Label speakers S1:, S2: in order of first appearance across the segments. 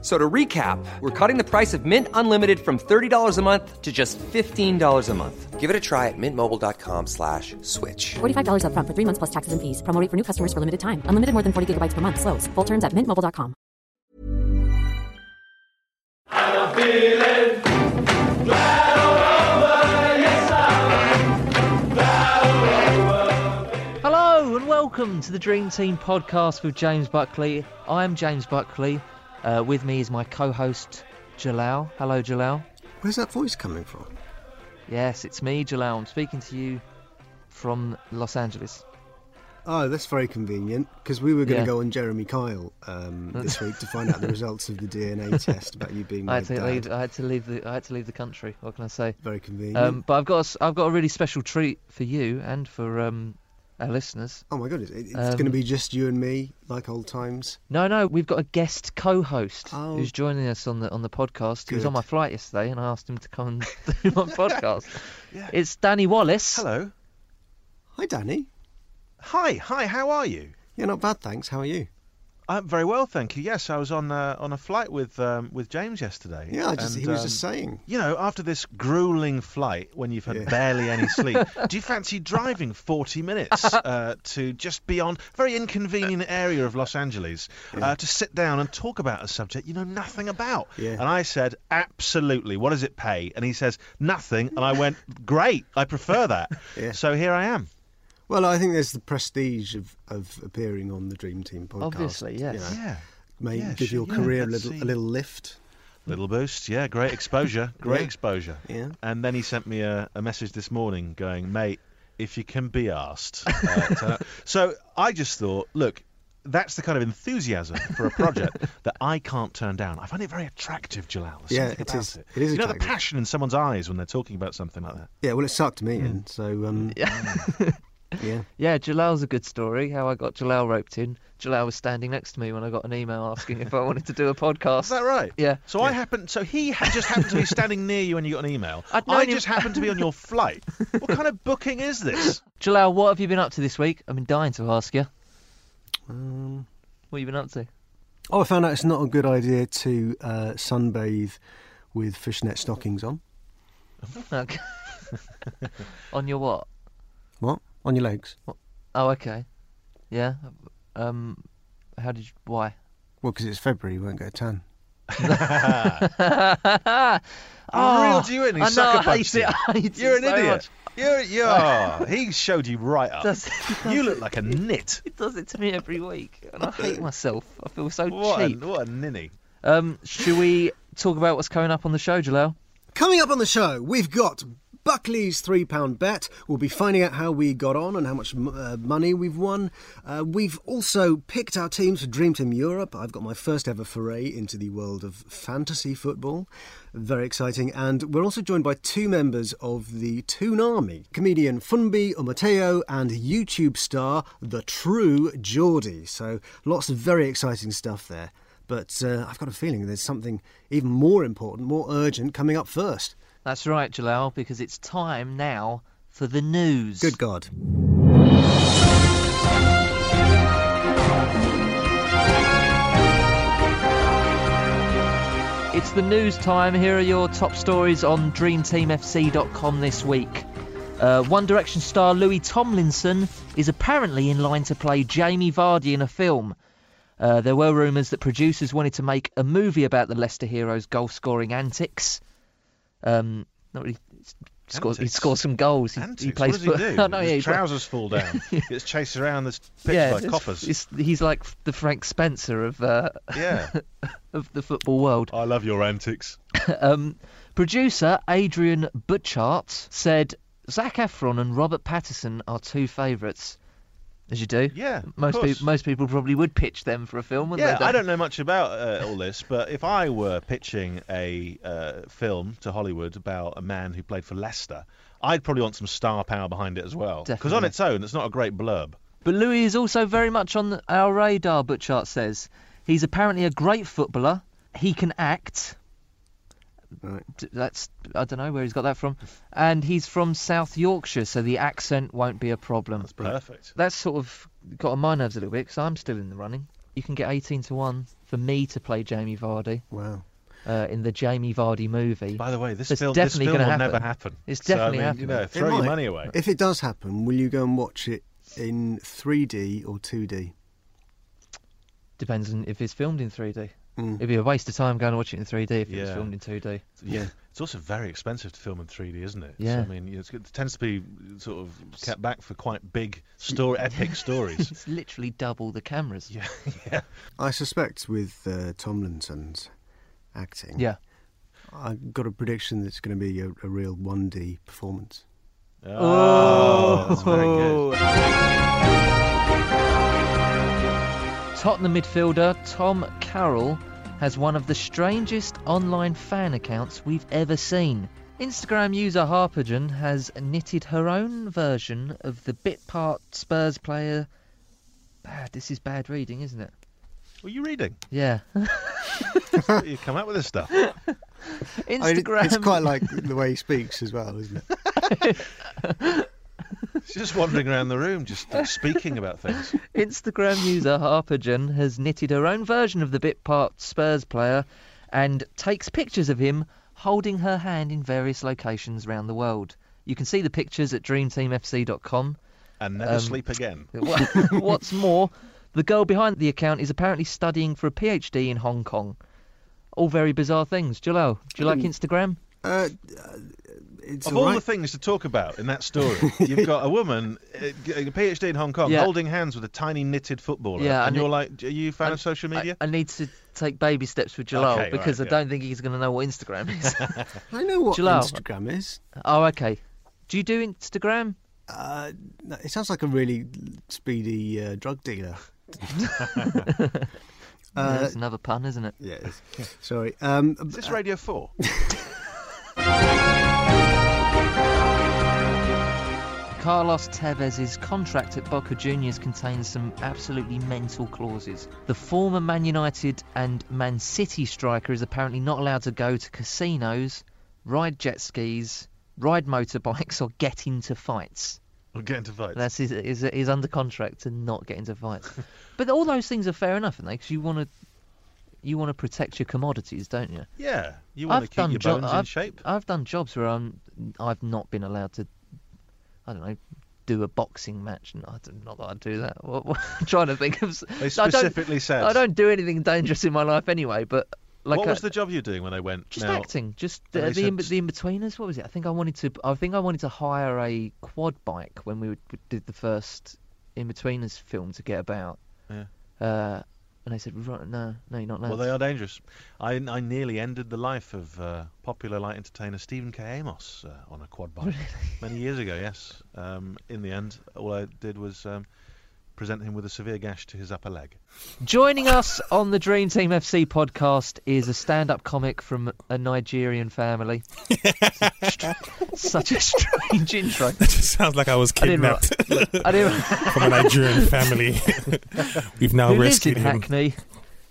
S1: So to recap, we're cutting the price of Mint Unlimited from $30 a month to just $15 a month. Give it a try at mintmobile.com slash switch.
S2: $45 upfront for three months plus taxes and fees. Promo rate for new customers for limited time. Unlimited more than 40 gigabytes per month. Slows. Full terms at mintmobile.com.
S3: Hello and welcome to the Dream Team podcast with James Buckley. I am James Buckley. Uh, with me is my co-host Jalal. Hello, Jalal.
S4: Where's that voice coming from?
S3: Yes, it's me, Jalal. I'm speaking to you from Los Angeles.
S4: Oh, that's very convenient because we were going to
S3: Yeah.
S4: go on Jeremy Kyle um, this week to find out the results of the DNA test about you being
S3: I
S4: my
S3: had to
S4: dad.
S3: leave. uh, I had to leave the. I had to leave the country. What can I say?
S4: Very convenient.
S3: Um, but I've got. A, s- I've got a really special treat for you and for um, our listeners.
S4: oh my god, it, it's
S3: um,
S4: going to be just you and me like old times.
S3: No, no, we've got a guest co-host
S4: Oh.
S3: who's joining us on the on the podcast. He was on
S4: Good.
S3: my flight yesterday, and I asked him to come and do my podcast. It's Danny Wallace.
S5: Hello.
S4: Hi, Danny.
S5: Hi. Hi. How are you?
S4: Yeah, not bad, thanks. How are you?
S5: I'm very well, thank you. Yes, I was on uh, on a flight with um, with James yesterday.
S4: Yeah, I just
S5: and,
S4: he was
S5: um,
S4: just saying.
S5: You know, after this grueling flight, when you've had
S4: Yeah.
S5: barely any sleep, do you fancy driving 40 minutes uh, to just beyond very inconvenient area of Los Angeles uh, to sit down and talk about a subject you know nothing about?
S4: Yeah.
S5: And I said, absolutely. What does it pay? And he says, nothing. And I went, great. I prefer that.
S4: Yeah.
S5: So here I am.
S4: Well, I think there's the prestige of, of appearing on the Dream Team podcast.
S3: Obviously, yes.
S4: You know,
S5: Yeah.
S4: may
S5: Yeah,
S4: give
S5: sure,
S4: your
S5: yeah,
S4: career a
S5: that's
S4: little, a
S5: the-
S4: little lift.
S5: Little boost, yeah, great exposure, great
S4: Yeah.
S5: exposure.
S4: Yeah.
S5: And then he sent me a, a message this morning going, mate, if you can be asked. Uh, turn up." so I just thought, look, that's the kind of enthusiasm for a project that I can't turn down. I find it very attractive, Jalal. There's
S4: Yeah,
S5: something
S4: it
S5: about
S4: is-
S5: It.
S4: it is
S5: you know the
S4: attractive.
S5: passion in someone's eyes when they're talking about something like that.
S4: Yeah, well, it sucked me
S3: Hmm.
S4: in, so um, yeah. yeah.
S3: Yeah, Jalal's a good story. How I got Jalal roped in. Jalal was standing next to me when I got an email asking if I wanted to do a podcast.
S5: Is that right?
S3: Yeah.
S5: So I happened. So he ha- just happened to be standing near you when you got an email.
S3: I'd known
S5: I
S3: him-
S5: just happened to be on your flight. What kind of booking is this?
S3: Jalal, what have you been up to this week? I've been dying to ask you.
S4: Um,
S3: What have you been up to?
S4: Oh, I found out it's not a good idea to uh, sunbathe with fishnet stockings on.
S3: Okay. On your what?
S4: What? On your legs?
S3: Oh, okay. Yeah. Um, how did you? Why?
S4: Well, because it's February, you won't get a tan.
S5: I
S3: Oh,
S5: reeled you in. He
S3: I know, I
S5: sucker
S3: hate
S5: punched
S3: it.
S5: you.
S3: I hate it
S5: You're an
S3: so
S5: idiot.
S3: much.
S5: You're, you're, he showed you right up.
S3: Does-
S5: you look like a nit.
S3: It does it to me every week, and I hate myself. I feel so
S5: What a,
S3: cheap.
S5: what a ninny.
S3: Um, should we talk about what's coming up on the show, Jalal?
S4: Coming up on the show, we've got Buckley's £3 bet. We'll be finding out how we got on and how much m- uh, money we've won. Uh, we've also picked our teams for Dream Team Europe. I've got my first ever foray into the world of fantasy football. Very exciting. And we're also joined by two members of the Toon Army comedian Funbi Umateo and YouTube star The True Geordie. So lots of very exciting stuff there. But uh, I've got a feeling there's something even more important, more urgent coming up first.
S3: That's right, Jalal, because it's time now for the news.
S4: Good God.
S3: It's the news time. Here are your top stories on DreamTeamFC.com this week. Uh, One Direction star Louis Tomlinson is apparently in line to play Jamie Vardy in a film. Uh, there were rumours that producers wanted to make a movie about the Leicester hero's goal-scoring antics. Um, not really. he's Scored, he
S5: Antics?
S3: scores some goals. He,
S5: Antics.
S3: he plays
S5: what does he
S3: foot-
S5: do?
S3: I know,
S5: His
S3: yeah, he play-
S5: trousers fall down. He gets chased around this pitch
S3: yeah,
S5: by
S3: it's-
S5: coppers.
S3: it's- he's like the Frank Spencer of uh,
S5: Yeah.
S3: of the football world.
S5: I love your antics.
S3: Um, producer Adrian Butchart said Zach Efron and Robert Pattinson are two favourites. As you do,
S5: Yeah, of
S3: Most
S5: course.
S3: people, most people probably would pitch them for a film, wouldn't
S5: Yeah,
S3: they?
S5: I don't know much about uh, all this, but if I were pitching a uh, film to Hollywood about a man who played for Leicester, I'd probably want some star power behind it as well. Because on
S3: Definitely.
S5: its own, it's not a great blurb.
S3: But Louis is also very much on our radar. Butchart says He's apparently a great footballer. He can act.
S4: Right.
S3: D- That's I don't know where he's got that from. And he's from South Yorkshire, so the accent won't be a problem. That's
S5: Perfect.
S3: That's sort of got on my nerves a little bit because I'm still in the running. You can get 18 to one for me to play Jamie Vardy
S4: Wow.
S3: uh, in the Jamie Vardy movie.
S5: By the way, this
S3: It's
S5: film, this
S3: definitely
S5: film will
S3: gonna
S5: never
S3: happen.
S5: happen.
S3: It's
S5: So,
S3: definitely
S5: I mean,
S3: happening.
S5: You know,
S3: It
S5: throw
S4: It
S5: your
S4: might.
S5: money away.
S4: If it does happen, will you go and watch it in 3D or 2D?
S3: Depends on if it's filmed in 3D. It'd be a waste of time going to watch it in 3D if it
S5: Mm.
S3: was
S5: Yeah.
S3: filmed in 2D.
S5: Yeah. It's also very expensive to film in 3D, isn't it? So,
S3: Yeah.
S5: I mean, it's, it tends to be sort of kept back for quite big, story, epic stories.
S3: It's literally double the cameras. Yeah.
S4: I suspect with uh, Tomlinson's acting,
S3: yeah.
S4: I've got a prediction that it's going to be a, a real 1D performance.
S5: Oh, Ah, that's very good.
S3: Tottenham midfielder Tom Carroll has one of the strangest online fan accounts we've ever seen. Instagram user Harpigen has knitted her own version of the bit part Spurs player. Bad. This is bad reading, isn't it?
S5: Were you reading?
S3: Yeah.
S5: you come out with this stuff.
S4: I mean, it-
S3: Instagram.
S4: it's quite like the way he speaks as well, isn't it?
S5: She's just wandering around the room, just like, speaking about things.
S3: Instagram user Harpigen has knitted her own version of the bit part Spurs player and takes pictures of him holding her hand in various locations around the world. You can see the pictures at dreamteamfc.com.
S5: And
S3: Um,
S5: never sleep again.
S3: Wha- What's more, the girl behind the account is apparently studying for a PhD in Hong Kong. All very bizarre things. Jalal, do you like Instagram?
S4: Uh, uh, it's
S5: Of
S4: all
S5: all
S4: right.
S5: the things to talk about in that story, you've got a woman, uh, g- a PhD in Hong Kong,
S3: Yeah.
S5: holding hands with a tiny knitted footballer.
S3: Yeah,
S5: and
S3: and
S5: you're
S3: it-
S5: like, are you a fan of social media?
S3: I, I need to take baby steps with Jalal
S5: Okay, right,
S3: because I
S5: yeah.
S3: don't think he's going to know what Instagram is.
S4: I know what
S3: Jalal.
S4: Instagram is.
S3: oh, okay. Do you do Instagram?
S4: Uh, no, it sounds like a really speedy uh, drug dealer. Uh,
S3: Yeah, That's another pun, isn't it?
S4: Yeah, it is. Sorry. Um,
S5: Is
S3: Uh,
S5: this Radio 4?
S3: Carlos Tevez's contract at Boca Juniors contains some absolutely mental clauses. The former Man United and Man City striker is apparently not allowed to go to casinos, ride jet skis, ride motorbikes, or get into fights.
S5: We'll get into fights.
S3: That's his, his, he's under contract to not get into fights. but all those things are fair enough, aren't they? Because you want to you want to protect your commodities, don't you?
S5: Yeah, you want to keep your
S3: jo-
S5: bones in
S3: I've-
S5: shape.
S3: I've done jobs where I'm, I've not been allowed to, I don't know, do a boxing match. And I don't, not that I do that. What, what, I'm trying to think of. s-
S5: They
S3: I don't-
S5: specifically said.
S3: I don't do anything dangerous in my life anyway. But like,
S5: what
S3: uh,
S5: was the job you were doing when I went?
S3: just
S5: now,
S3: acting, just
S5: and
S3: uh,
S5: they
S3: the in,
S5: said-
S3: the in betweeners. What was it? I think I wanted to. I think I wanted to hire a quad bike when we would, did the first in betweeners film to get about.
S5: Yeah.
S3: Uh, and they said, "Right, no, no, you're not allowed.
S5: Well, they are dangerous. I, I nearly ended the life of uh, popular light entertainer Stephen K. Amos uh, on a quad bike many years ago. Yes. Um, in the end, all I did was um, present him with a severe gash to his upper leg.
S3: Joining us on the Dream Team FC podcast is a stand up comic from a Nigerian family. Such a strange intro.
S6: Sounds like I was
S3: I didn't,
S6: kidnapped
S3: realize- I didn't,
S6: from a Nigerian family. We've now
S3: who lives in
S6: rescued him.
S3: Hackney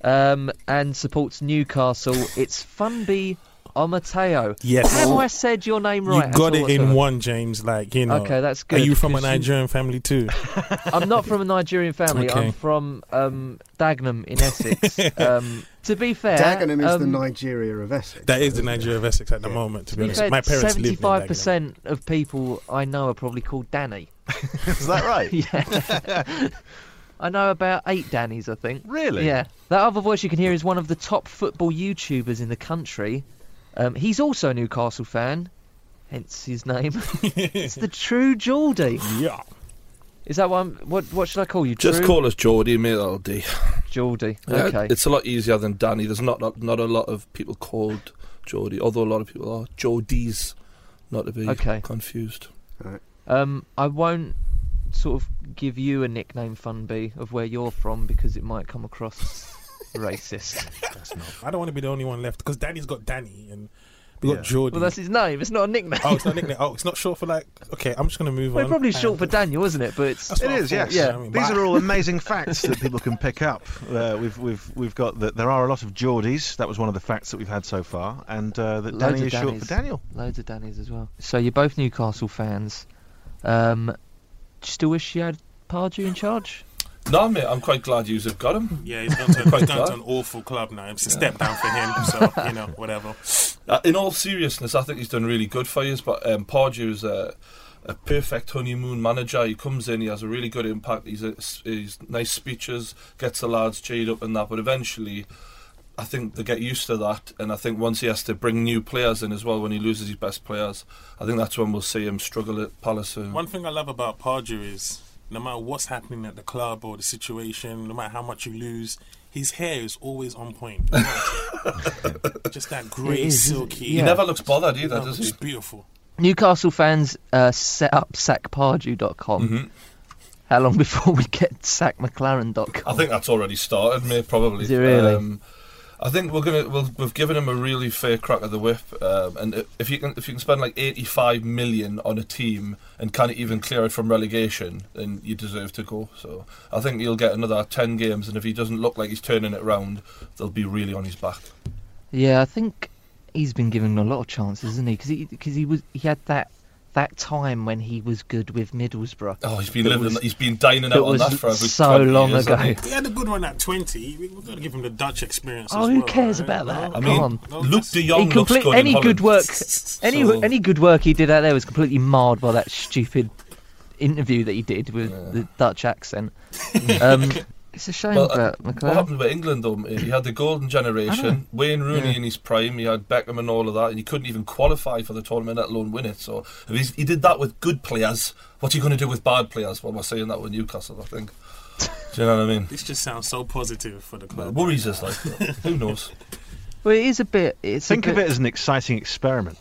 S3: um, and supports Newcastle. It's Funby Omateo.
S6: Yes.
S3: Have I said your name
S6: You
S3: Oh, right? at all
S6: got it in
S3: whatsoever?
S6: one, James. Like you know.
S3: Okay, that's
S6: Are
S3: good,
S6: you from a
S3: because you-
S6: Nigerian family too?
S3: I'm not from a Nigerian family.
S6: Okay.
S3: I'm from um, Dagenham in Essex. um, to be fair,
S4: Dagenham is the
S3: um,
S4: Nigeria of Essex.
S6: That is the Nigeria of Essex at the moment. To
S3: To
S6: be
S3: be
S6: honest,
S3: fair,
S6: my parents live in
S3: seventy-five
S6: Dagenham.
S3: percent of people I know are probably called Danny.
S5: Is that right?
S3: I know about eight Dannies, I think.
S5: Really?
S3: Yeah. That other voice you can hear is one of the top football YouTubers in the country. Um, he's also a Newcastle fan, hence his name. it's the True Geordie.
S6: Yeah.
S3: Is that one? What What should I call you?
S7: Just
S3: True
S7: call us Geordie, mate, all day.
S3: Geordie.
S7: Yeah,
S3: Okay.
S7: It's a lot easier than Danny. There's not not a lot of people called Geordie, although a lot of people are Geordies, not to be
S3: Okay.
S7: confused.
S3: Um, I won't sort of give you a nickname, Funby, of where you're from because it might come across racist.
S6: I don't want to be the only one left because Danny's got Danny and We
S5: Yeah.
S6: got Geordie.
S3: Well, that's his name. It's not a nickname.
S6: oh, it's not nickname. Oh, it's not short for like. Okay, I'm just gonna move
S3: well,
S6: on.
S3: it's probably
S6: And-
S3: short for Daniel, isn't it? But it's,
S6: That's
S5: It
S6: what I
S5: is,
S6: thought.
S5: yes.
S3: Yeah.
S6: I mean,
S5: These
S6: but-
S5: are all amazing facts that people can pick up. Uh, we've we've we've got that there are a lot of Geordies. That was one of the facts that we've had so far, and uh, that
S3: Loads
S5: Danny
S3: of
S5: is short for
S3: Dannys.
S5: Daniel.
S3: loads of Danny's as well. So you're both Newcastle fans. Um, still wish you had Pardew in charge.
S7: No, mate, I'm quite glad you have got him.
S6: Yeah, he's gone to, he's
S7: Quite
S6: gone to
S7: dark.
S6: an awful club now. It's a step down for him. So you know, whatever.
S7: Uh, in all seriousness, I think he's done really good for us. But um, Pardew's a, a perfect honeymoon manager. He comes in, he has a really good impact. He's, a, he's nice speeches, gets the lads cheered up and that. But eventually, I think they get used to that. And I think once he has to bring new players in as well, when he loses his best players, I think that's when we'll see him struggle at Palace. And
S6: One thing I love about Pardew is no matter what's happening at the club or the situation, no matter how much you lose, his hair is always on point. Just that
S3: It
S6: grey,
S3: is, isn't it?
S6: silky.
S7: he
S3: Yeah.
S7: never looks bothered
S6: No,
S7: either, does he?
S6: It's beautiful.
S3: Newcastle fans uh, set up sackpardew.com.
S7: Mm-hmm.
S3: How long before we get
S7: I
S3: sackmclaren.com?
S7: think that's already started, mate. Probably. Um,
S3: Is it really?
S7: I think we're gonna we'll, we've given him a really fair crack at the whip, um, and i- if you can if you can spend like eighty five million on a team and can't even clear it from relegation, then you deserve to go. So I think he'll get another ten games, and if he doesn't look like he's turning it round, they'll be really on his back.
S3: Yeah, I think he's been given a lot of chances, isn't he? Because he, 'cause he was he had that that time when he was good with Middlesbrough.
S7: Oh, he's been
S3: It
S7: living,
S3: was-
S7: he's been dining
S3: it
S7: out on
S3: was
S7: that for every
S3: so
S7: 20
S3: long
S7: years,
S3: ago.
S7: hasn't he?
S4: He had a good one at 20. We've got to give him the Dutch experience.
S3: Oh,
S4: as
S3: who
S4: well,
S3: cares
S4: right?
S3: about that?
S7: I
S3: Come
S7: mean,
S3: on.
S7: Luke de Jong
S3: He
S7: looks
S3: complete-
S7: good in
S3: any
S7: Holland.
S3: good work, any
S7: So-
S3: any good work he did out there was completely marred by that stupid interview that he did with the Dutch accent. Um, it's a shame
S7: Well, uh,
S3: about
S7: What
S3: McLaren.
S7: happened with England though? mate? He had the golden generation, Wayne Rooney in his prime. He had Beckham and all of that, and he couldn't even qualify for the tournament, let alone win it. So if he's, he did that with good players, what's he going to do with bad players? Well, we're saying that with Newcastle, I think. Do you know what I mean?
S6: This just sounds so positive for the
S7: It
S6: club.
S7: worries us like that. who knows?
S3: Well, it is a bit. It's
S5: Think
S3: a
S5: of it
S3: bit,
S5: as an exciting experiment.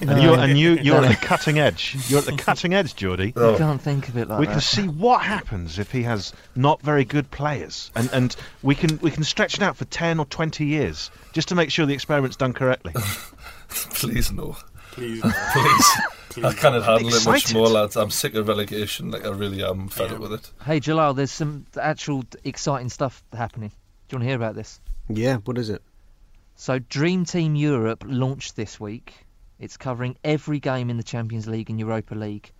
S3: no,
S5: And you're, and you, you're
S3: No.
S5: at the cutting edge. You're at the cutting edge, Geordie.
S3: I can't think of it like
S5: We
S3: that.
S5: can see what happens if he has not very good players, and, and we can we can stretch it out for ten or twenty years just to make sure the experiment's done correctly.
S7: Please no.
S6: Please.
S7: Please. I cannot handle it much
S5: Excited.
S7: more, lads. I'm sick of relegation. Like I really am I'm fed up with it.
S3: Hey, Jalal, there's some actual exciting stuff happening. Do you want to hear about this?
S4: Yeah, what is it?
S3: So, Dream Team Europe launched this week. It's covering every game in the Champions League and Europa League.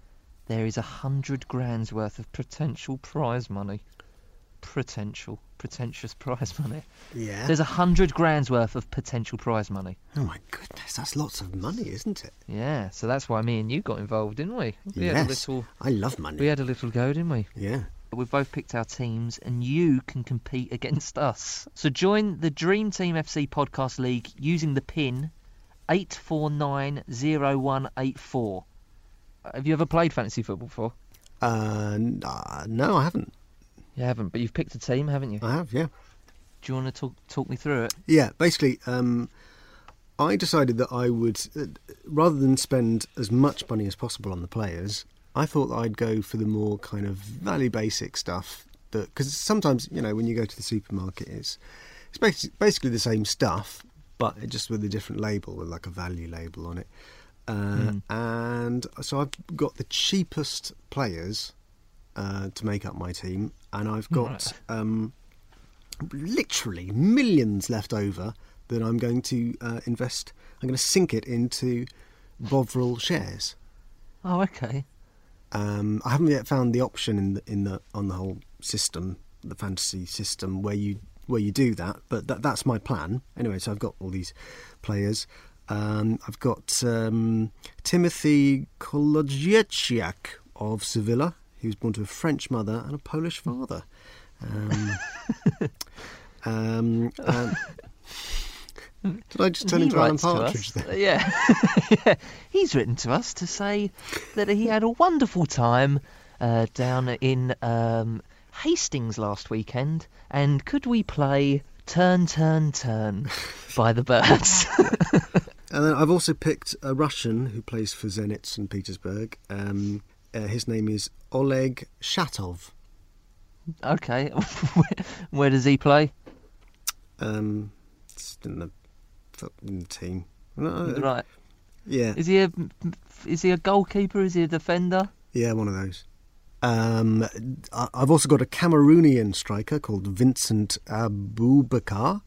S3: There is a hundred grand's worth of potential prize money. Potential, pretentious prize money.
S4: Yeah.
S3: There's a hundred grand's worth of potential prize money.
S4: Oh my goodness, that's lots of money, isn't it?
S3: Yeah, so that's why me and you got involved, didn't we? We had a
S4: yes.
S3: little,
S4: I love money.
S3: we had a little go, didn't we?
S4: yeah.
S3: We've both picked our teams, and you can compete against us. So join the Dream Team FC Podcast League using the pin 8490184. Have you ever played fantasy football before?
S4: Uh, n- uh, no, I haven't.
S3: You haven't, but you've picked a team, haven't you?
S4: I have, yeah.
S3: Do you want to talk, talk me through it?
S4: Yeah, basically, um, I decided that I would, uh, rather than spend as much money as possible on the players, I thought that I'd go for the more kind of value basic stuff. That because sometimes you know when you go to the supermarket, it's it's basi- basically the same stuff, but it just with a different label, with like a value label on it. Uh, And so I've got the cheapest players uh, to make up my team, and I've got um, literally millions left over that I'm going to uh, invest. I'm going to sink it into Bovril shares.
S3: Oh, okay.
S4: Um, I haven't yet found the option in the, in the on the whole system, the fantasy system, where you where you do that. But that, that's my plan anyway. So I've got all these players. Um, I've got um, Timothy Kolodziejczak of Sevilla. He was born to a French mother and a Polish father. Um, um, um, did I just turn
S3: He
S4: into Alan
S3: writes to
S4: Partridge
S3: us.
S4: then?
S3: Yeah. yeah. He's written to us to say that he had a wonderful time uh, down in um, Hastings last weekend, and could we play Turn, Turn, Turn by the Birds?
S4: And then I've also picked a Russian who plays for Zenit St. Petersburg. Um, uh, his name is Oleg Shatov.
S3: okay. Where- Where does he play?
S4: Um, it's in the, fo- in the team. No,
S3: Right.
S4: Yeah.
S3: Is he a is he a goalkeeper? Is he a defender?
S4: Yeah, one of those. Um, I- I've also got a Cameroonian striker called Vincent Abubakar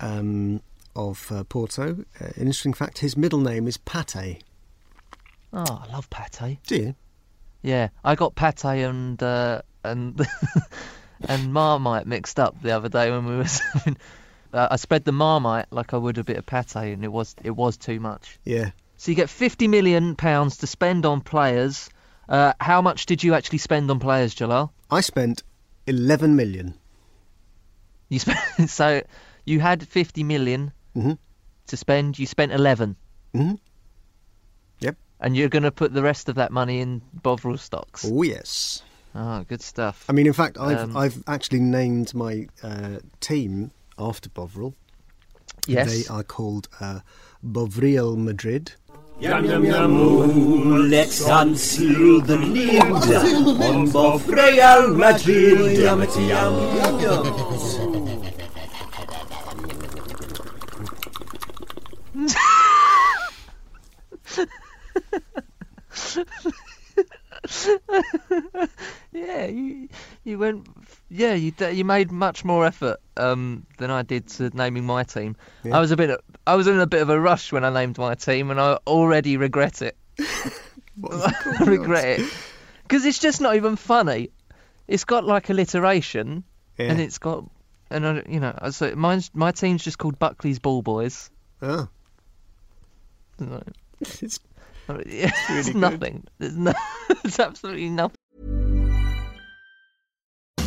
S4: um, of uh, Porto. Uh, an interesting fact, his middle name is Pate.
S3: Oh, I love pate.
S4: Do you?
S3: Yeah, I got pate and uh, and and marmite mixed up the other day when we were. Having, uh, I spread the marmite like I would a bit of pate, and it was it was too much.
S4: Yeah.
S3: So you get fifty million pounds to spend on players. Uh, how much did you actually spend on players, Jalal?
S4: I spent 11 million.
S3: You spent so you had fifty million
S4: Mhm.
S3: to spend. You spent eleven,
S4: Mhm. Yep.
S3: and you're going to put the rest of that money in Bovril stocks.
S4: Oh, yes.
S3: Oh, good stuff.
S4: I mean, in fact, I've,
S3: Um,
S4: I've actually named my uh, team after Bovril.
S3: yes.
S4: They are called uh, Bovril Madrid.
S8: Let's unseal the lid on both Real Madrid. Yum, yum, yum, yum.
S3: Yeah, you you went. Yeah, you d- you made much more effort um, than I did to naming my team. I was a bit. I was in a bit of a rush when I named my team, and I already regret it. I regret it because it's just not even funny. It's got like alliteration, and
S4: Yeah.
S3: it's got and I, you know. So mine's my team's just called Buckley's Ball Boys.
S4: Oh.
S3: It's, it's nothing. There's no, it's absolutely nothing.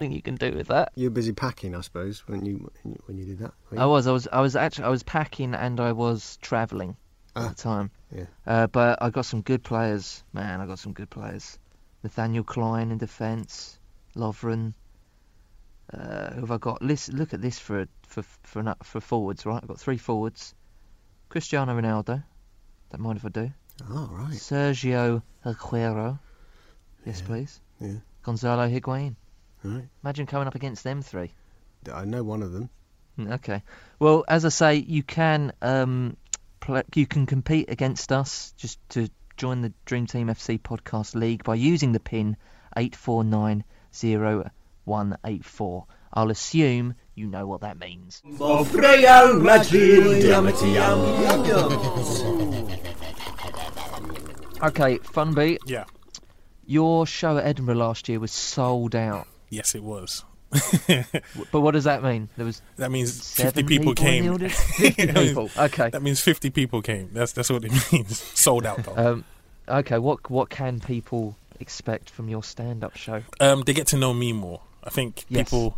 S3: Nothing you can do with that.
S4: You were busy packing, I suppose, when you when you did that. weren't
S3: I
S4: you?
S3: was, I was, I was actually, I was packing and I was travelling
S4: Ah.
S3: at the time.
S4: yeah.
S3: Uh, but I got some good players, man. I got some good players. Nathaniel Klein in defence, Lovren. Uh, who have I got? Listen, look at this for for for an, for forwards, right? I've got three forwards: Cristiano Ronaldo. Don't mind if I do.
S4: Oh, right.
S3: Sergio Aguero. Yes, please.
S4: Yeah.
S3: Gonzalo Higuain.
S4: Right.
S3: Imagine coming up against them three.
S4: I know one of them.
S3: Mm, Okay. Well, as I say, you can um, pl- you can compete against us just to join the Dream Team FC podcast league by using the pin eight four nine zero one eight four. I'll assume you know what that means.
S8: Both Real Madrid. Yum, yum, yum, yum.
S3: Okay, Funby,
S6: Yeah.
S3: your show at Edinburgh last year was sold out.
S6: Yes, it was.
S3: W- But what does that mean? There was
S6: That means
S3: seven
S6: 50 people,
S3: in the
S6: came.
S3: audience? Fifty people. Okay.
S6: That means 50 people came. That's that's what it means. Sold out though.
S3: Um, okay. What what can people expect from your stand up show?
S6: um, they get to know me more. I think
S3: Yes.
S6: people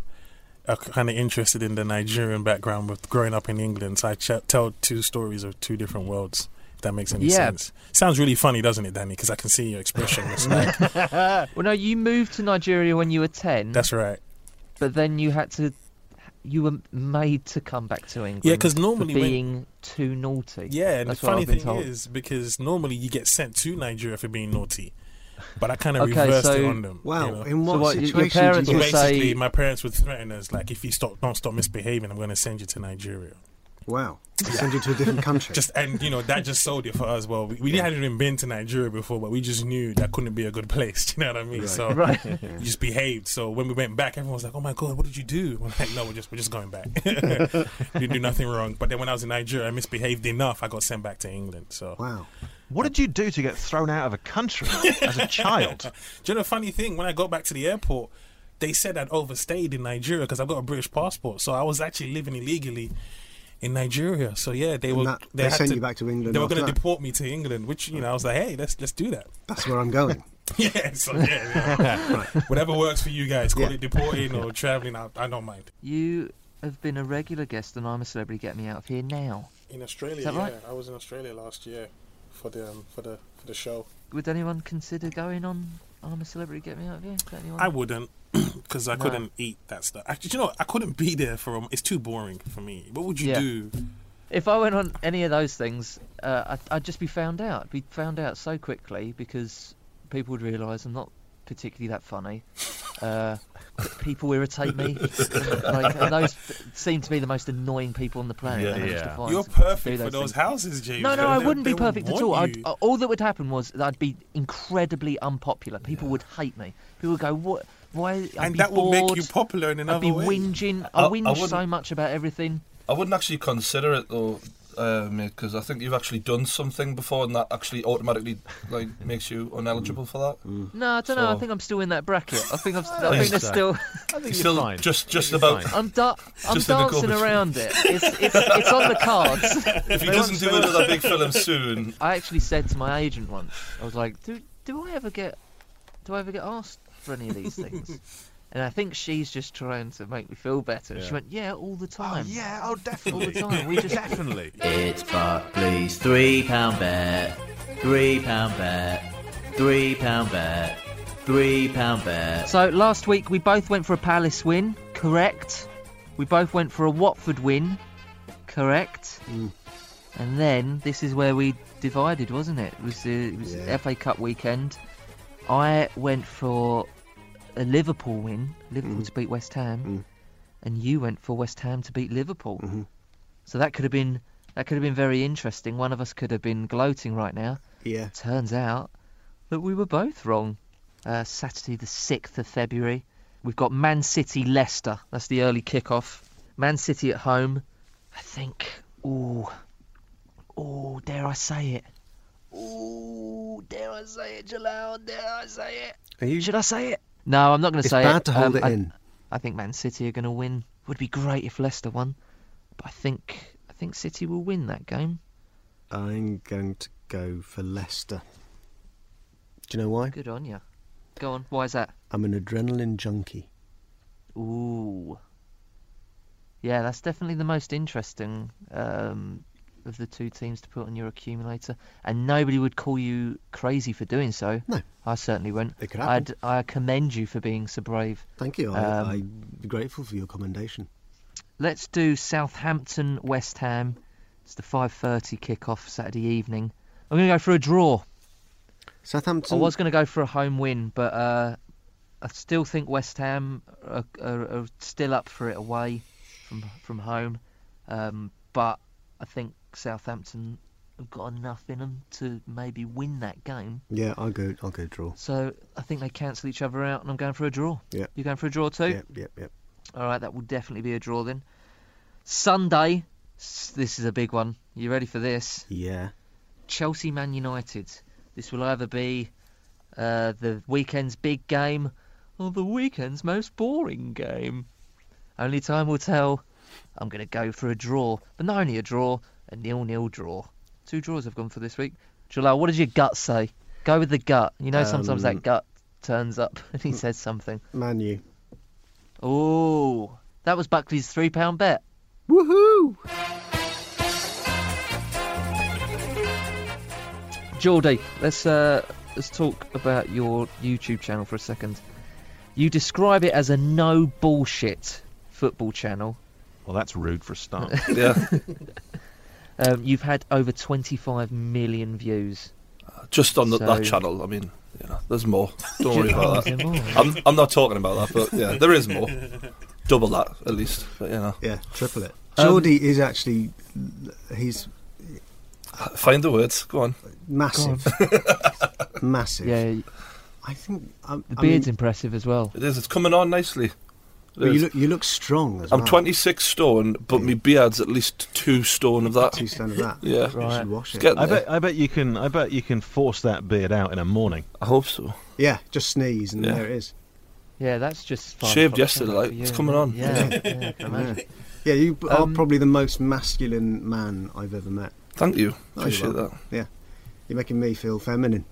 S6: are kind of interested in the Nigerian background with growing up in England. So I ch- tell two stories of two different worlds. If that makes any
S3: Yeah.
S6: sense. Sounds really funny, doesn't it, Danny? Because I can see your expression. It's like,
S3: Well, no, you moved to Nigeria when you were ten.
S6: that's right.
S3: but then you had to you were made to come back to England.
S6: Yeah, 'cause
S3: for
S6: normally when-
S3: being too naughty.
S6: Yeah, and
S3: That's
S6: the
S3: what
S6: funny
S3: I've been
S6: thing
S3: told.
S6: is because normally you get sent to Nigeria for being naughty, but I kind of
S3: Okay,
S6: reversed it
S3: so-
S6: on them.
S4: Wow,
S6: you know?
S4: in what,
S3: So what, your- your
S4: situation
S3: parents
S4: did
S6: So
S4: you
S3: were
S4: get-
S3: saying-
S6: basically,
S3: say-
S6: my parents would threaten us like, if you stop, don't stop misbehaving, I'm going to send you to Nigeria.
S4: Wow, to send you to a different country.
S6: Just and you know that just sold it for us. Well, we, we hadn't even been to Nigeria before, but we just knew that couldn't be a good place. Do you know what I mean? So
S3: Right.
S6: you just behaved. So when we went back, everyone was like, "Oh my god, what did you do?" We're like, "No, we're just we're just going back. we do nothing wrong." But then when I was in Nigeria, I misbehaved enough. I got sent back to England. So
S4: wow.
S5: What did you do to get thrown out of a country as a child?
S6: Do you know the funny thing? When I got back to the airport, they said I'd overstayed in Nigeria because I've got a British passport, so I was actually living illegally in Nigeria. So yeah, they
S4: And
S6: were
S4: that- they
S6: had
S4: sent you back to England
S6: They were
S4: after
S6: going to
S4: that?
S6: deport me to England, which you know I was like, hey, let's let's do that.
S4: That's where I'm going.
S6: yeah, so yeah, yeah. whatever works for you guys. Call
S4: Yeah.
S6: it deporting or traveling. I, I don't mind.
S3: You have been a regular guest, and I'm a celebrity. Get me out of here now.
S6: In Australia,
S3: Is that right?
S6: I was in Australia last year for the um, for the for the show.
S3: Would anyone consider going on? I'm a celebrity. Get me out of here. Is anyone?
S6: I wouldn't because I
S3: No.
S6: couldn't eat that stuff. Actually, do you know, what? I couldn't be there for. A, it's too boring for me. What would you
S3: Yeah.
S6: do?
S3: If I went on any of those things, uh, I'd, I'd just be found out. I'd be found out so quickly because people would realise I'm not particularly that funny. Uh, people irritate me. like, and those seem to be the most annoying people on the planet.
S5: Yeah,
S3: I managed to
S5: yeah.
S3: find
S6: You're
S3: to do
S6: perfect for those
S3: things.
S6: houses, James.
S3: No, no, I
S6: They-
S3: wouldn't
S6: they
S3: be perfect at
S6: want
S3: all. I'd,
S6: you.
S3: uh, all that would happen was that I'd be incredibly unpopular. People would hate me. People would go, "What? Why?" I'd
S6: and
S3: be
S6: that will make
S3: bored.
S6: you popular in
S3: I'd
S6: another
S3: be
S6: way.
S3: whinging.
S7: I-
S3: I,
S7: I
S3: whinge so
S7: wouldn't-
S3: much about everything.
S7: I wouldn't actually consider it though, uh, mate, because I think you've actually done something before, and that actually automatically like makes you uneligible for that.
S3: No, I don't know. I
S7: So-
S3: think I'm still in that bracket. I think I'm. St- I
S7: think
S3: think there's
S5: so.
S3: still.
S5: You're
S7: Still
S5: fine.
S7: just just
S5: You're
S7: about.
S5: fine.
S3: I'm, da- I'm
S7: Just in the
S3: dancing
S7: garbage.
S3: around it. It's, it's, it's on the cards.
S7: If he
S3: They
S7: doesn't
S3: won't say
S7: do another big film soon,
S3: I actually said to my agent once, I was like, "Do do I ever get do I ever get asked for any of these things?" And I think she's just trying to make me feel better. She went, "Yeah, all the
S5: Oh,
S3: time."
S5: yeah, oh, definitely.
S3: time, we just-
S5: definitely.
S8: It's Barclays three pound bet, three pound bet, three pound bet, three pound bet.
S3: So last week we both went for a Palace win, correct? We both went for a Watford win, correct? And then this is where we divided, wasn't it? It was the it was
S4: Yeah.
S3: FA Cup weekend. I went for a Liverpool win, Liverpool to beat West Ham, and you went for West Ham to beat Liverpool. So that could have been that could have been very interesting. One of us could have been gloating right now.
S4: Yeah.
S3: Turns out that we were both wrong. Uh, Saturday, the 6th of February, we've got Man City Leicester. That's the early kickoff. Man City at home. I think. Ooh. Ooh, dare I say it? Ooh, dare I say it, Jalal? Dare I say it?
S4: Are you?
S3: Should I say it? No, I'm not going to
S4: It's
S3: say it.
S4: bad to
S3: Um,
S4: hold it
S3: I-
S4: in.
S3: I think Man City are going to win. Would be great if Leicester won, but I think I think City will win that game.
S4: I'm going to go for Leicester. Do you know why?
S3: Good on you. Go on. Why is that?
S4: I'm an adrenaline junkie.
S3: Ooh. Yeah, that's definitely the most interesting um, of the two teams to put on your accumulator, and nobody would call you crazy for doing so.
S4: No.
S3: I certainly won't.
S4: It could
S3: I'd,
S4: happen.
S3: I commend you for being so brave.
S4: Thank you. I,
S3: Um,
S4: I'm grateful for your commendation.
S3: Let's do Southampton West Ham. It's the 5:30 kickoff Saturday evening. I'm going to go for a draw. I
S4: Southampton.
S3: was going to go for a home win, but uh, I still think West Ham are, are, are still up for it away from from home. Um, but I think Southampton have got enough in them to maybe win that game.
S4: Yeah, I'll go. I'll go draw.
S3: So I think they cancel each other out, and I'm going for a draw.
S4: Yeah.
S3: You're going for a draw too.
S4: Yep, yep, yep.
S3: All right, that will definitely be a draw then. Sunday, s- this is a big one. You ready for this?
S4: Yeah.
S3: Chelsea Man United. This will either be uh, the weekend's big game or the weekend's most boring game. Only time will tell. I'm going to go for a draw, but not only a draw, a nil nil draw. Two draws I've gone for this week. Jalal, what does your gut say? Go with the gut. You know, sometimes
S4: Um,
S3: that gut turns up and he says something.
S4: Manu.
S3: Oh, that was Buckley's £3 bet.
S4: Woohoo!
S3: Jordy, let's uh, let's talk about your YouTube channel for a second. You describe it as a no bullshit football channel,
S5: Well, that's rude for a start.
S7: Yeah.
S3: Um, you've had over 25 million views.
S7: Just on the,
S3: So-
S7: that channel. I mean, you know, there's more. Don't worry about
S3: There's
S7: that.
S3: more.
S7: I'm, I'm not talking about that, but yeah, there is more. Double that at least. But you know,
S4: Yeah, triple it.
S7: Um,
S4: Geordie is actually he's
S7: find the words. Go on.
S4: massive, massive.
S3: Yeah,
S4: I think um,
S3: the
S4: I mean,
S3: beard's impressive as well.
S7: It is. It's coming on nicely. It
S4: well, you
S7: is.
S4: look you look strong as
S7: I'm
S4: well.
S7: 26 stone, but my beard's at least two stone of that.
S4: Two stone of that.
S7: Yeah.
S4: You should wash
S7: It's
S4: it.
S7: getting
S5: I
S7: there.
S5: bet I bet you can I bet you can force that beard out in a morning.
S7: I hope so.
S4: Yeah, just sneeze and
S7: Yeah.
S4: there it is.
S3: Yeah, that's just five
S7: Shaved
S3: o'clock
S7: yesterday,
S3: shadow
S7: like,
S3: for
S7: it's
S3: you,
S7: coming
S3: yeah.
S7: on.
S3: Yeah, yeah, I imagine.
S4: Yeah. Yeah, you b- are
S3: Um,
S4: probably the most masculine man I've ever met.
S7: Thank you.
S4: Oh,
S7: Appreciate
S4: you're
S7: that.
S4: welcome. Yeah, you're making me feel feminine.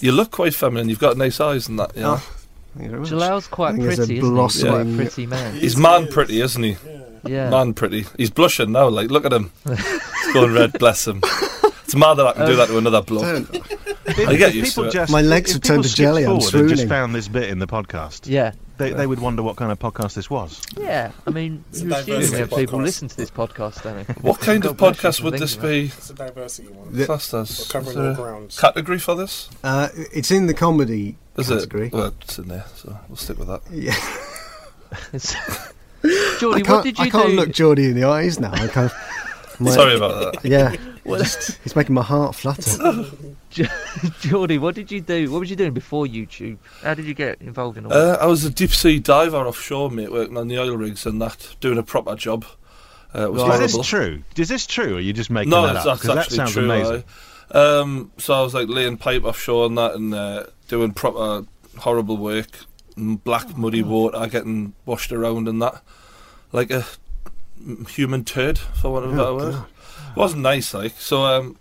S7: You look quite feminine. You've got nice eyes and that. You know.
S4: Oh, thank you very much.
S3: Jalal's quite
S4: I think there's
S3: pretty, isn't he?
S4: a
S3: He's Quite
S4: blossoming-
S3: a pretty man.
S7: He's man pretty, isn't he?
S3: Yeah.
S7: Man pretty. He's blushing now. Like, look at him. He's going red. Bless him. It's mad that I can do that to another bloke.
S4: Don't-
S5: If,
S7: I get
S5: if
S7: used
S5: people
S7: to it.
S5: just-
S4: My legs
S5: if
S4: have turned
S5: people
S4: to
S5: skipped
S4: jelly, I'm
S5: forward and just
S4: swooning.
S5: found this bit in the podcast.
S3: Yeah.
S5: They, they would wonder what kind of podcast this was.
S3: Yeah. I mean,
S6: a
S3: you assume
S6: diverse
S3: we have people
S6: podcast.
S3: listen to this podcast, don't they?
S7: What kind of
S3: God bless you
S7: podcast
S3: for
S7: would this
S3: thinking that.
S7: be
S6: It's a diversity one.
S4: The-
S7: classed as?
S6: We're covering
S7: Is there
S6: all
S7: a
S6: grounds.
S7: Category for this?
S4: uh, it's in the comedy
S7: Is
S4: category.
S7: it? Well, it's in there, so we'll stick with that.
S4: Yeah. I
S3: Geordie,
S4: can't,
S3: what did you
S4: I can't
S3: do?
S4: look Geordie in the eyes now. I kind of, my-
S7: Sorry about that.
S4: Yeah, just, it's making my heart flutter.
S3: Geordie, what did you do? What was you doing before YouTube? How did you get involved in all
S7: Uh, I was a deep sea diver offshore, mate, working on the oil rigs and that, doing a proper job. Uh, it was
S5: Is
S7: horrible.
S5: this true? Is this true? Or are you just making
S7: No,
S5: that up?
S7: that's, that's
S5: 'Cause that
S7: actually
S5: sounds
S7: true.
S5: amazing.
S7: aye. Um, so I was like laying pipe offshore and that, and uh, doing proper horrible work, m- black muddy
S4: Oh,
S7: water, uh, getting washed around and that, like a m- human turd, for want of a
S4: Oh,
S7: better word. It wasn't nice, like. So um,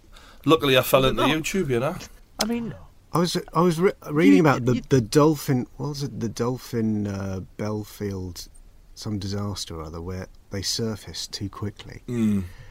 S7: luckily, I fell into YouTube. You know,
S3: I mean,
S4: I was I was re- reading
S3: You-
S4: about the,
S3: you-
S4: the dolphin. What was it? The dolphin uh, Belfield, some disaster or other, where they surfaced too quickly,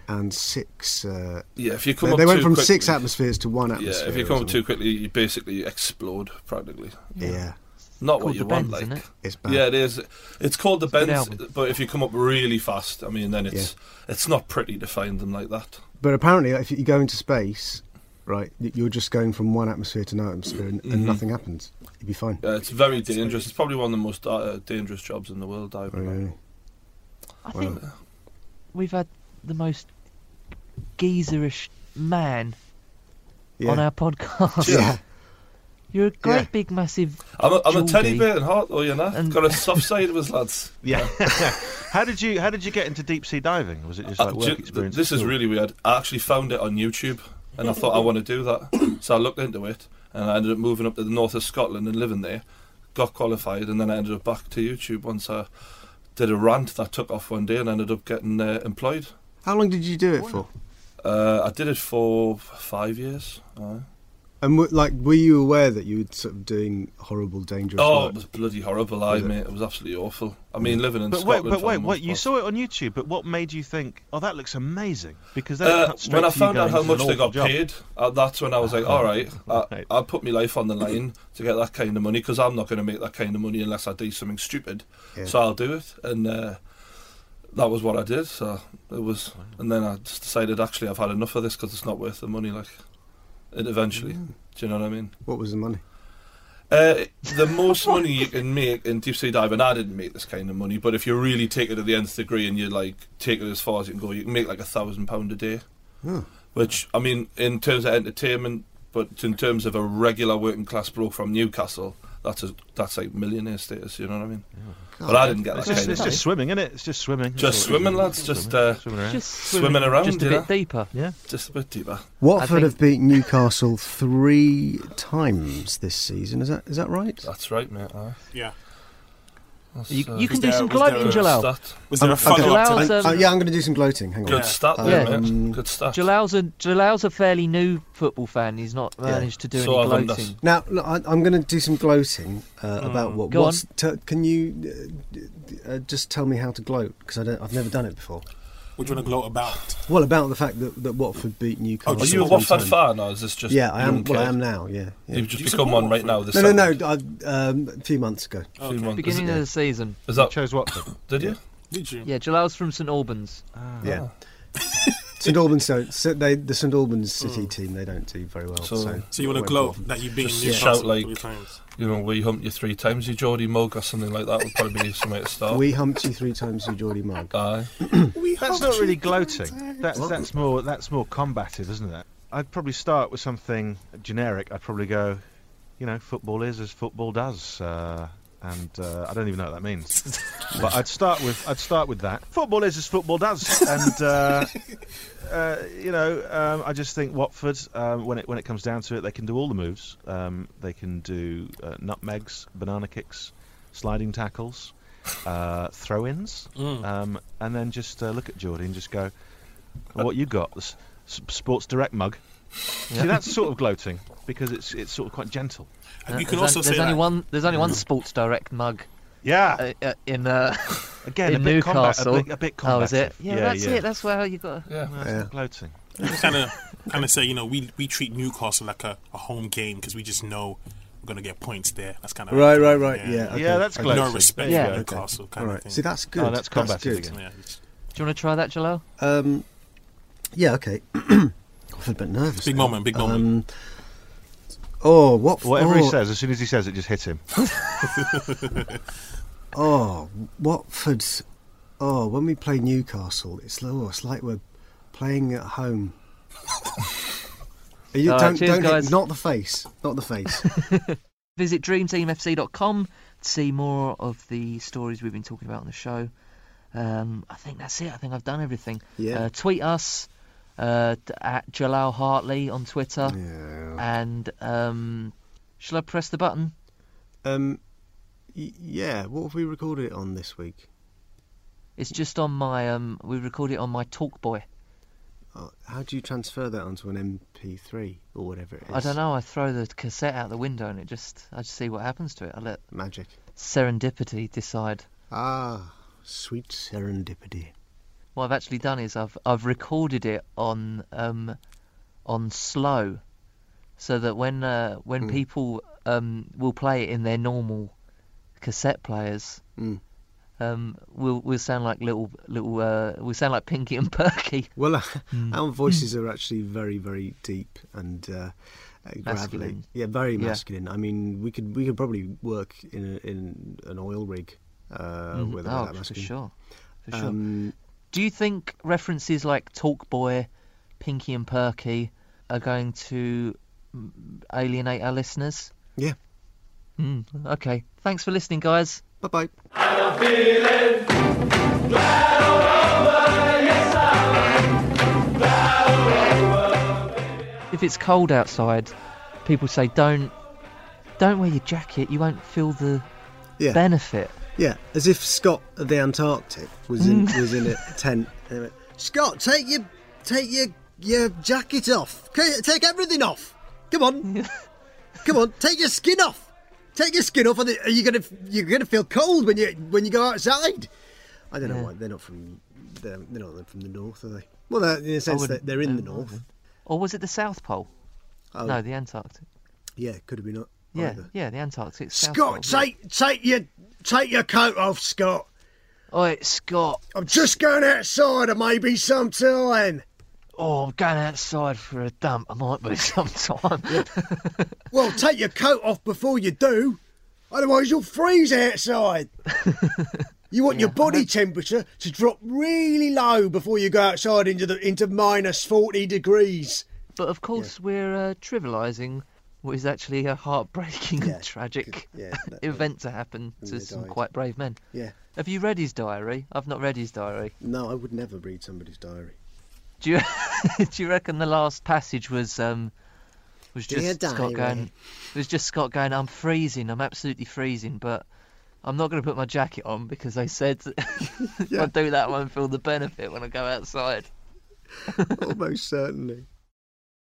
S4: and six. Uh,
S7: yeah. If you Hmm. come,
S4: they
S7: up
S4: they went
S7: too
S4: from
S7: quickly,
S4: six atmospheres to one
S7: Yeah,
S4: atmosphere.
S7: if you
S4: or
S7: come up
S4: something.
S7: too quickly, you basically explode practically.
S4: yeah,
S7: Not
S3: Called
S7: what you
S3: the
S7: want,
S3: bends,
S7: like.
S3: isn't it?
S4: it's bad.
S7: Yeah, it is. It's called the
S3: good
S7: bends,
S3: album.
S7: but if you come up really fast, I mean, then it's it's not pretty to find them like that.
S4: But apparently, if you go into space, right, y- you're just going from one atmosphere to another atmosphere, and, and nothing happens. You'd be fine.
S7: Yeah, Uh, it's very dangerous. It's probably one of the most uh, dangerous jobs in the world, diving.
S4: Really.
S3: I think we've had the most geezerish man
S4: Yeah.
S3: on our podcast.
S4: yeah.
S3: You're a great
S4: Yeah.
S3: big massive.
S7: I'm a, I'm a teddy
S3: Geordie.
S7: bear in heart, though, you know.
S3: And-
S7: Got a soft side of us, lads.
S5: Yeah. how did you How did you get into deep sea diving? Was it just
S7: Uh,
S5: like
S7: do
S5: work
S7: you-
S5: experience?
S7: This
S5: at
S7: is
S5: school?
S7: really weird. I actually found it on YouTube, and I thought I want to do that. So I looked into it, and I ended up moving up to the north of Scotland and living there. Got qualified, and then I ended up back to YouTube once I did a rant that took off one day and ended up getting uh, employed.
S4: How long did you do it for?
S7: Uh, I did it for five years. aye.
S4: And w- like, were you aware that you were sort of doing horrible, dangerous
S7: Oh,
S4: work?
S7: it was bloody horrible, I
S4: Was it?
S7: mate. It was absolutely awful. I mean, living in
S5: But wait,
S7: Scotland.
S5: but
S7: for
S5: wait,
S7: the most
S5: wait! You
S7: part.
S5: saw it on YouTube, but what made you think, "Oh, that looks amazing"? Because then it
S7: Uh,
S5: cut straight
S7: when I
S5: to you
S7: found out
S5: going,
S7: how
S5: "This is
S7: much
S5: an
S7: they got
S5: awful job." Ah,
S7: paid, uh, that's when I was like, all right, I,
S5: Right.
S7: I'll put my life on the line to get that kind of money because I'm not going to make that kind of money unless I do something stupid.
S4: Yeah.
S7: So I'll do it. And uh, that was what I did. So it was, and then I just decided actually I've had enough of this because it's not worth the money. Like, it eventually. Do you know what I mean?
S4: What was the money?
S7: Uh, the most money you can make in deep sea diving, I didn't make this kind of money, but if you really take it to the nth degree and you like take it as far as you can go, you can make like a thousand pound a day. Which I mean, in terms of entertainment, but in terms of a regular working class bloke from Newcastle, that's a that's like millionaire status. You know what I mean? but I didn't get that
S5: It's just,
S7: kind
S5: it's
S7: of.
S5: just swimming, isn't it? It's just swimming. That's
S7: Just
S5: all it is.
S7: swimming, lads. Just uh,
S5: Swimming around.
S3: Just
S7: Swimming
S3: swimming
S7: around,
S3: just a
S7: you know?
S3: bit deeper.
S5: yeah.
S7: just a bit deeper.
S4: Watford
S3: think-
S4: have beaten Newcastle three times this season. Is that is that right?
S7: That's right, mate. aye.
S6: Yeah.
S7: That's,
S3: You,
S7: uh,
S3: you can do
S6: there-
S3: some
S6: was there
S3: gliding,
S6: a-
S3: Jalal.
S7: stat.
S6: Was there a follow up to
S3: Allows, um,
S6: that?
S4: Oh, yeah, I'm going to do some gloating. Hang on.
S7: Good stat, there,
S3: Yeah.
S7: mate. Good stat.
S3: Jalal's a, Jalal's a fairly new football fan. He's not managed to do
S7: So
S3: any
S7: I've done
S3: gloating.
S4: Now, look, I, I'm going to do some gloating uh, about what.
S3: Go
S4: what's, t- can you uh, d- uh, just tell me how to gloat? Because I don't, I've never done it before.
S6: What do you want to gloat about?
S4: Well, about the fact that, that Watford beat Newcastle.
S6: Oh,
S7: Are you a
S4: three
S7: Watford
S4: times.
S7: fan, or is this just?
S4: Yeah, I
S7: you
S4: am.
S7: don't
S4: Well, I
S7: care?
S4: am now. Yeah. yeah.
S7: You've just
S6: You
S7: become
S6: support
S7: one right now.
S6: Watford?
S7: This
S4: No, no, no. I, um, a few months ago.
S7: Few months.
S3: Beginning of the season.
S7: Is
S5: You
S7: that
S5: chose Watford.
S7: did you?
S6: Did you?
S3: Yeah, Jalal's from St Albans.
S6: Ah.
S4: Yeah. St Albans don't. So they, the St Albans City team, they don't do very well. So,
S7: So-
S6: Mm. So you want to
S4: won't
S6: gloat
S4: bother.
S6: that you beat
S7: Just
S6: Newcastle
S7: shout like,
S6: three times?
S7: you know, we humped you three times, you Geordie Mug or something like that would probably be some way to start.
S4: We humped you three times, you Geordie mug.
S7: Aye.
S5: That's not really gloating. That's that's more that's more combative, isn't it? I'd probably start with something generic. I'd probably go, you know, football is as football does, uh, and uh, I don't even know what that means. but I'd start with I'd start with that. Football is as football does, and uh, uh, you know, um, I just think Watford, um, when it when it comes down to it, they can do all the moves. Um, they can do uh, nutmegs, banana kicks, sliding tackles, uh, throw-ins,
S3: Mm.
S5: um, and then just uh, look at Geordie and just go,
S3: Uh,
S5: "What you got? S- s- Sports Direct mug." See, that's sort of gloating because it's it's sort of quite gentle.
S6: And you
S3: Uh,
S6: can
S3: there's
S6: also
S3: on-
S6: say
S3: there's only
S6: that.
S3: one. There's only one Sports Direct mug
S5: Yeah,
S3: uh, uh, in uh,
S5: again,
S3: in
S5: a bit
S3: Newcastle.
S5: Combat, a bit, a bit
S3: oh, is it?
S5: combative.
S3: Yeah, that's
S5: yeah.
S3: it. That's where you got.
S7: Yeah.
S5: Well, that's
S4: Yeah.
S5: not gloating.
S6: kind of kind of say you know we we treat Newcastle like a, a home game because we just know we're gonna get points there. That's kind of
S4: Right, right, right. Yeah. okay.
S5: Yeah, that's
S4: Okay.
S5: gloating.
S6: no respect
S3: Yeah.
S6: for
S4: Okay.
S6: Newcastle kind
S4: All
S6: of
S4: right.
S6: thing.
S4: See, that's good.
S5: Oh, that's combative
S4: good.
S5: again.
S6: Yeah, it's-
S3: Do you want to try that, Jalal?
S4: Um, yeah, okay. I'm a bit nervous.
S6: big
S4: now.
S6: moment, big moment.
S4: Um, oh, what?
S5: Whatever
S4: oh,
S5: he says, as soon as he says it, just hit him.
S4: Oh, Watford's. Oh, when we play Newcastle, it's, oh, it's like we're playing at home. Are you,
S3: All right,
S4: don't,
S3: Uh, cheers,
S4: don't hit-
S3: guys. Uh,
S4: not the face, not the face.
S3: Visit dreamteamfc.com to see more of the stories we've been talking about on the show. Um, I think that's it. I think I've done everything.
S4: Yeah.
S3: Uh, tweet us uh, d- at Jalal Hartley on Twitter. And um, shall I press the button?
S4: um, y- yeah, what have we recorded it on this week?
S3: It's just on my. Um, we record it on my Talkboy.
S4: Oh, how do you transfer that onto an MP3 or whatever it is?
S3: I don't know. I throw the cassette out the window and it just. I just see what happens to it. I let
S4: Magic.
S3: serendipity decide.
S4: Ah, sweet serendipity.
S3: What I've actually done is I've I've recorded it on um, on slow, so that when uh, when people um, will play it in their normal cassette players,
S4: Mm.
S3: um, we'll we'll sound like little little uh, we'll sound like Pinky and Perky.
S4: Well, uh,
S3: Hmm.
S4: our voices are actually very, very deep and uh, uh, gravelly.
S3: Masculine.
S4: Yeah, very
S3: Yeah.
S4: masculine. I mean, we could we could probably work in a, in an oil rig uh,
S3: Mhm.
S4: with
S3: oh,
S4: that
S3: for
S4: masculine.
S3: sure, for sure.
S4: Um,
S3: Do you think references like Talk Boy, Pinky and Perky are going to mm, alienate our listeners?
S4: Yeah.
S3: Mm, okay. Thanks for listening, guys.
S4: Bye bye.
S3: If it's cold outside, people say don't don't wear your jacket. You won't feel the
S4: Yeah,
S3: benefit.
S4: yeah. As if Scott of the Antarctic was in
S3: Mm.
S4: was in a tent. And he went, Scott, take your take your your jacket off. C- Take everything off. Come on, come on. Take your skin off. Take your skin off. Or the- are you gonna you're gonna feel cold when you when you go outside? I don't know why they're not from they're, they're not from the north, are they? Well, they're, in a sense
S3: wouldn't
S4: that they're in the
S3: know
S4: north.
S3: Or was it the South Pole?
S4: Oh.
S3: No, the Antarctic.
S4: Yeah, could have been not.
S3: Yeah,
S4: either.
S3: yeah, the Antarctic. South
S4: Oh, Scott,
S3: Pole.
S4: take take your take your coat off, Scott.
S3: Oi, Scott.
S4: I'm just going outside. I may be some time.
S3: Oh, I'm going outside for a dump. I might be sometime.
S4: Well, take your coat off before you do, otherwise you'll freeze outside. you want your body temperature to drop really low before you go outside into the into minus forty degrees.
S3: But of course, we're uh, trivialising what is actually a heartbreaking
S4: Yeah,
S3: and tragic
S4: yeah, that- that-
S3: event to happen
S4: and
S3: to
S4: they
S3: some
S4: died.
S3: quite brave men.
S4: Yeah.
S3: Have you read his diary? I've not read his diary.
S4: No, I would never read somebody's diary.
S3: Do you do you reckon the last passage was um was
S4: Dear
S3: just Scott
S4: diary.
S3: going? It was just Scott going. I'm freezing. I'm absolutely freezing, but. I'm not going to put my jacket on because they said if I do that, I won't feel the benefit when I go outside.
S4: Almost certainly.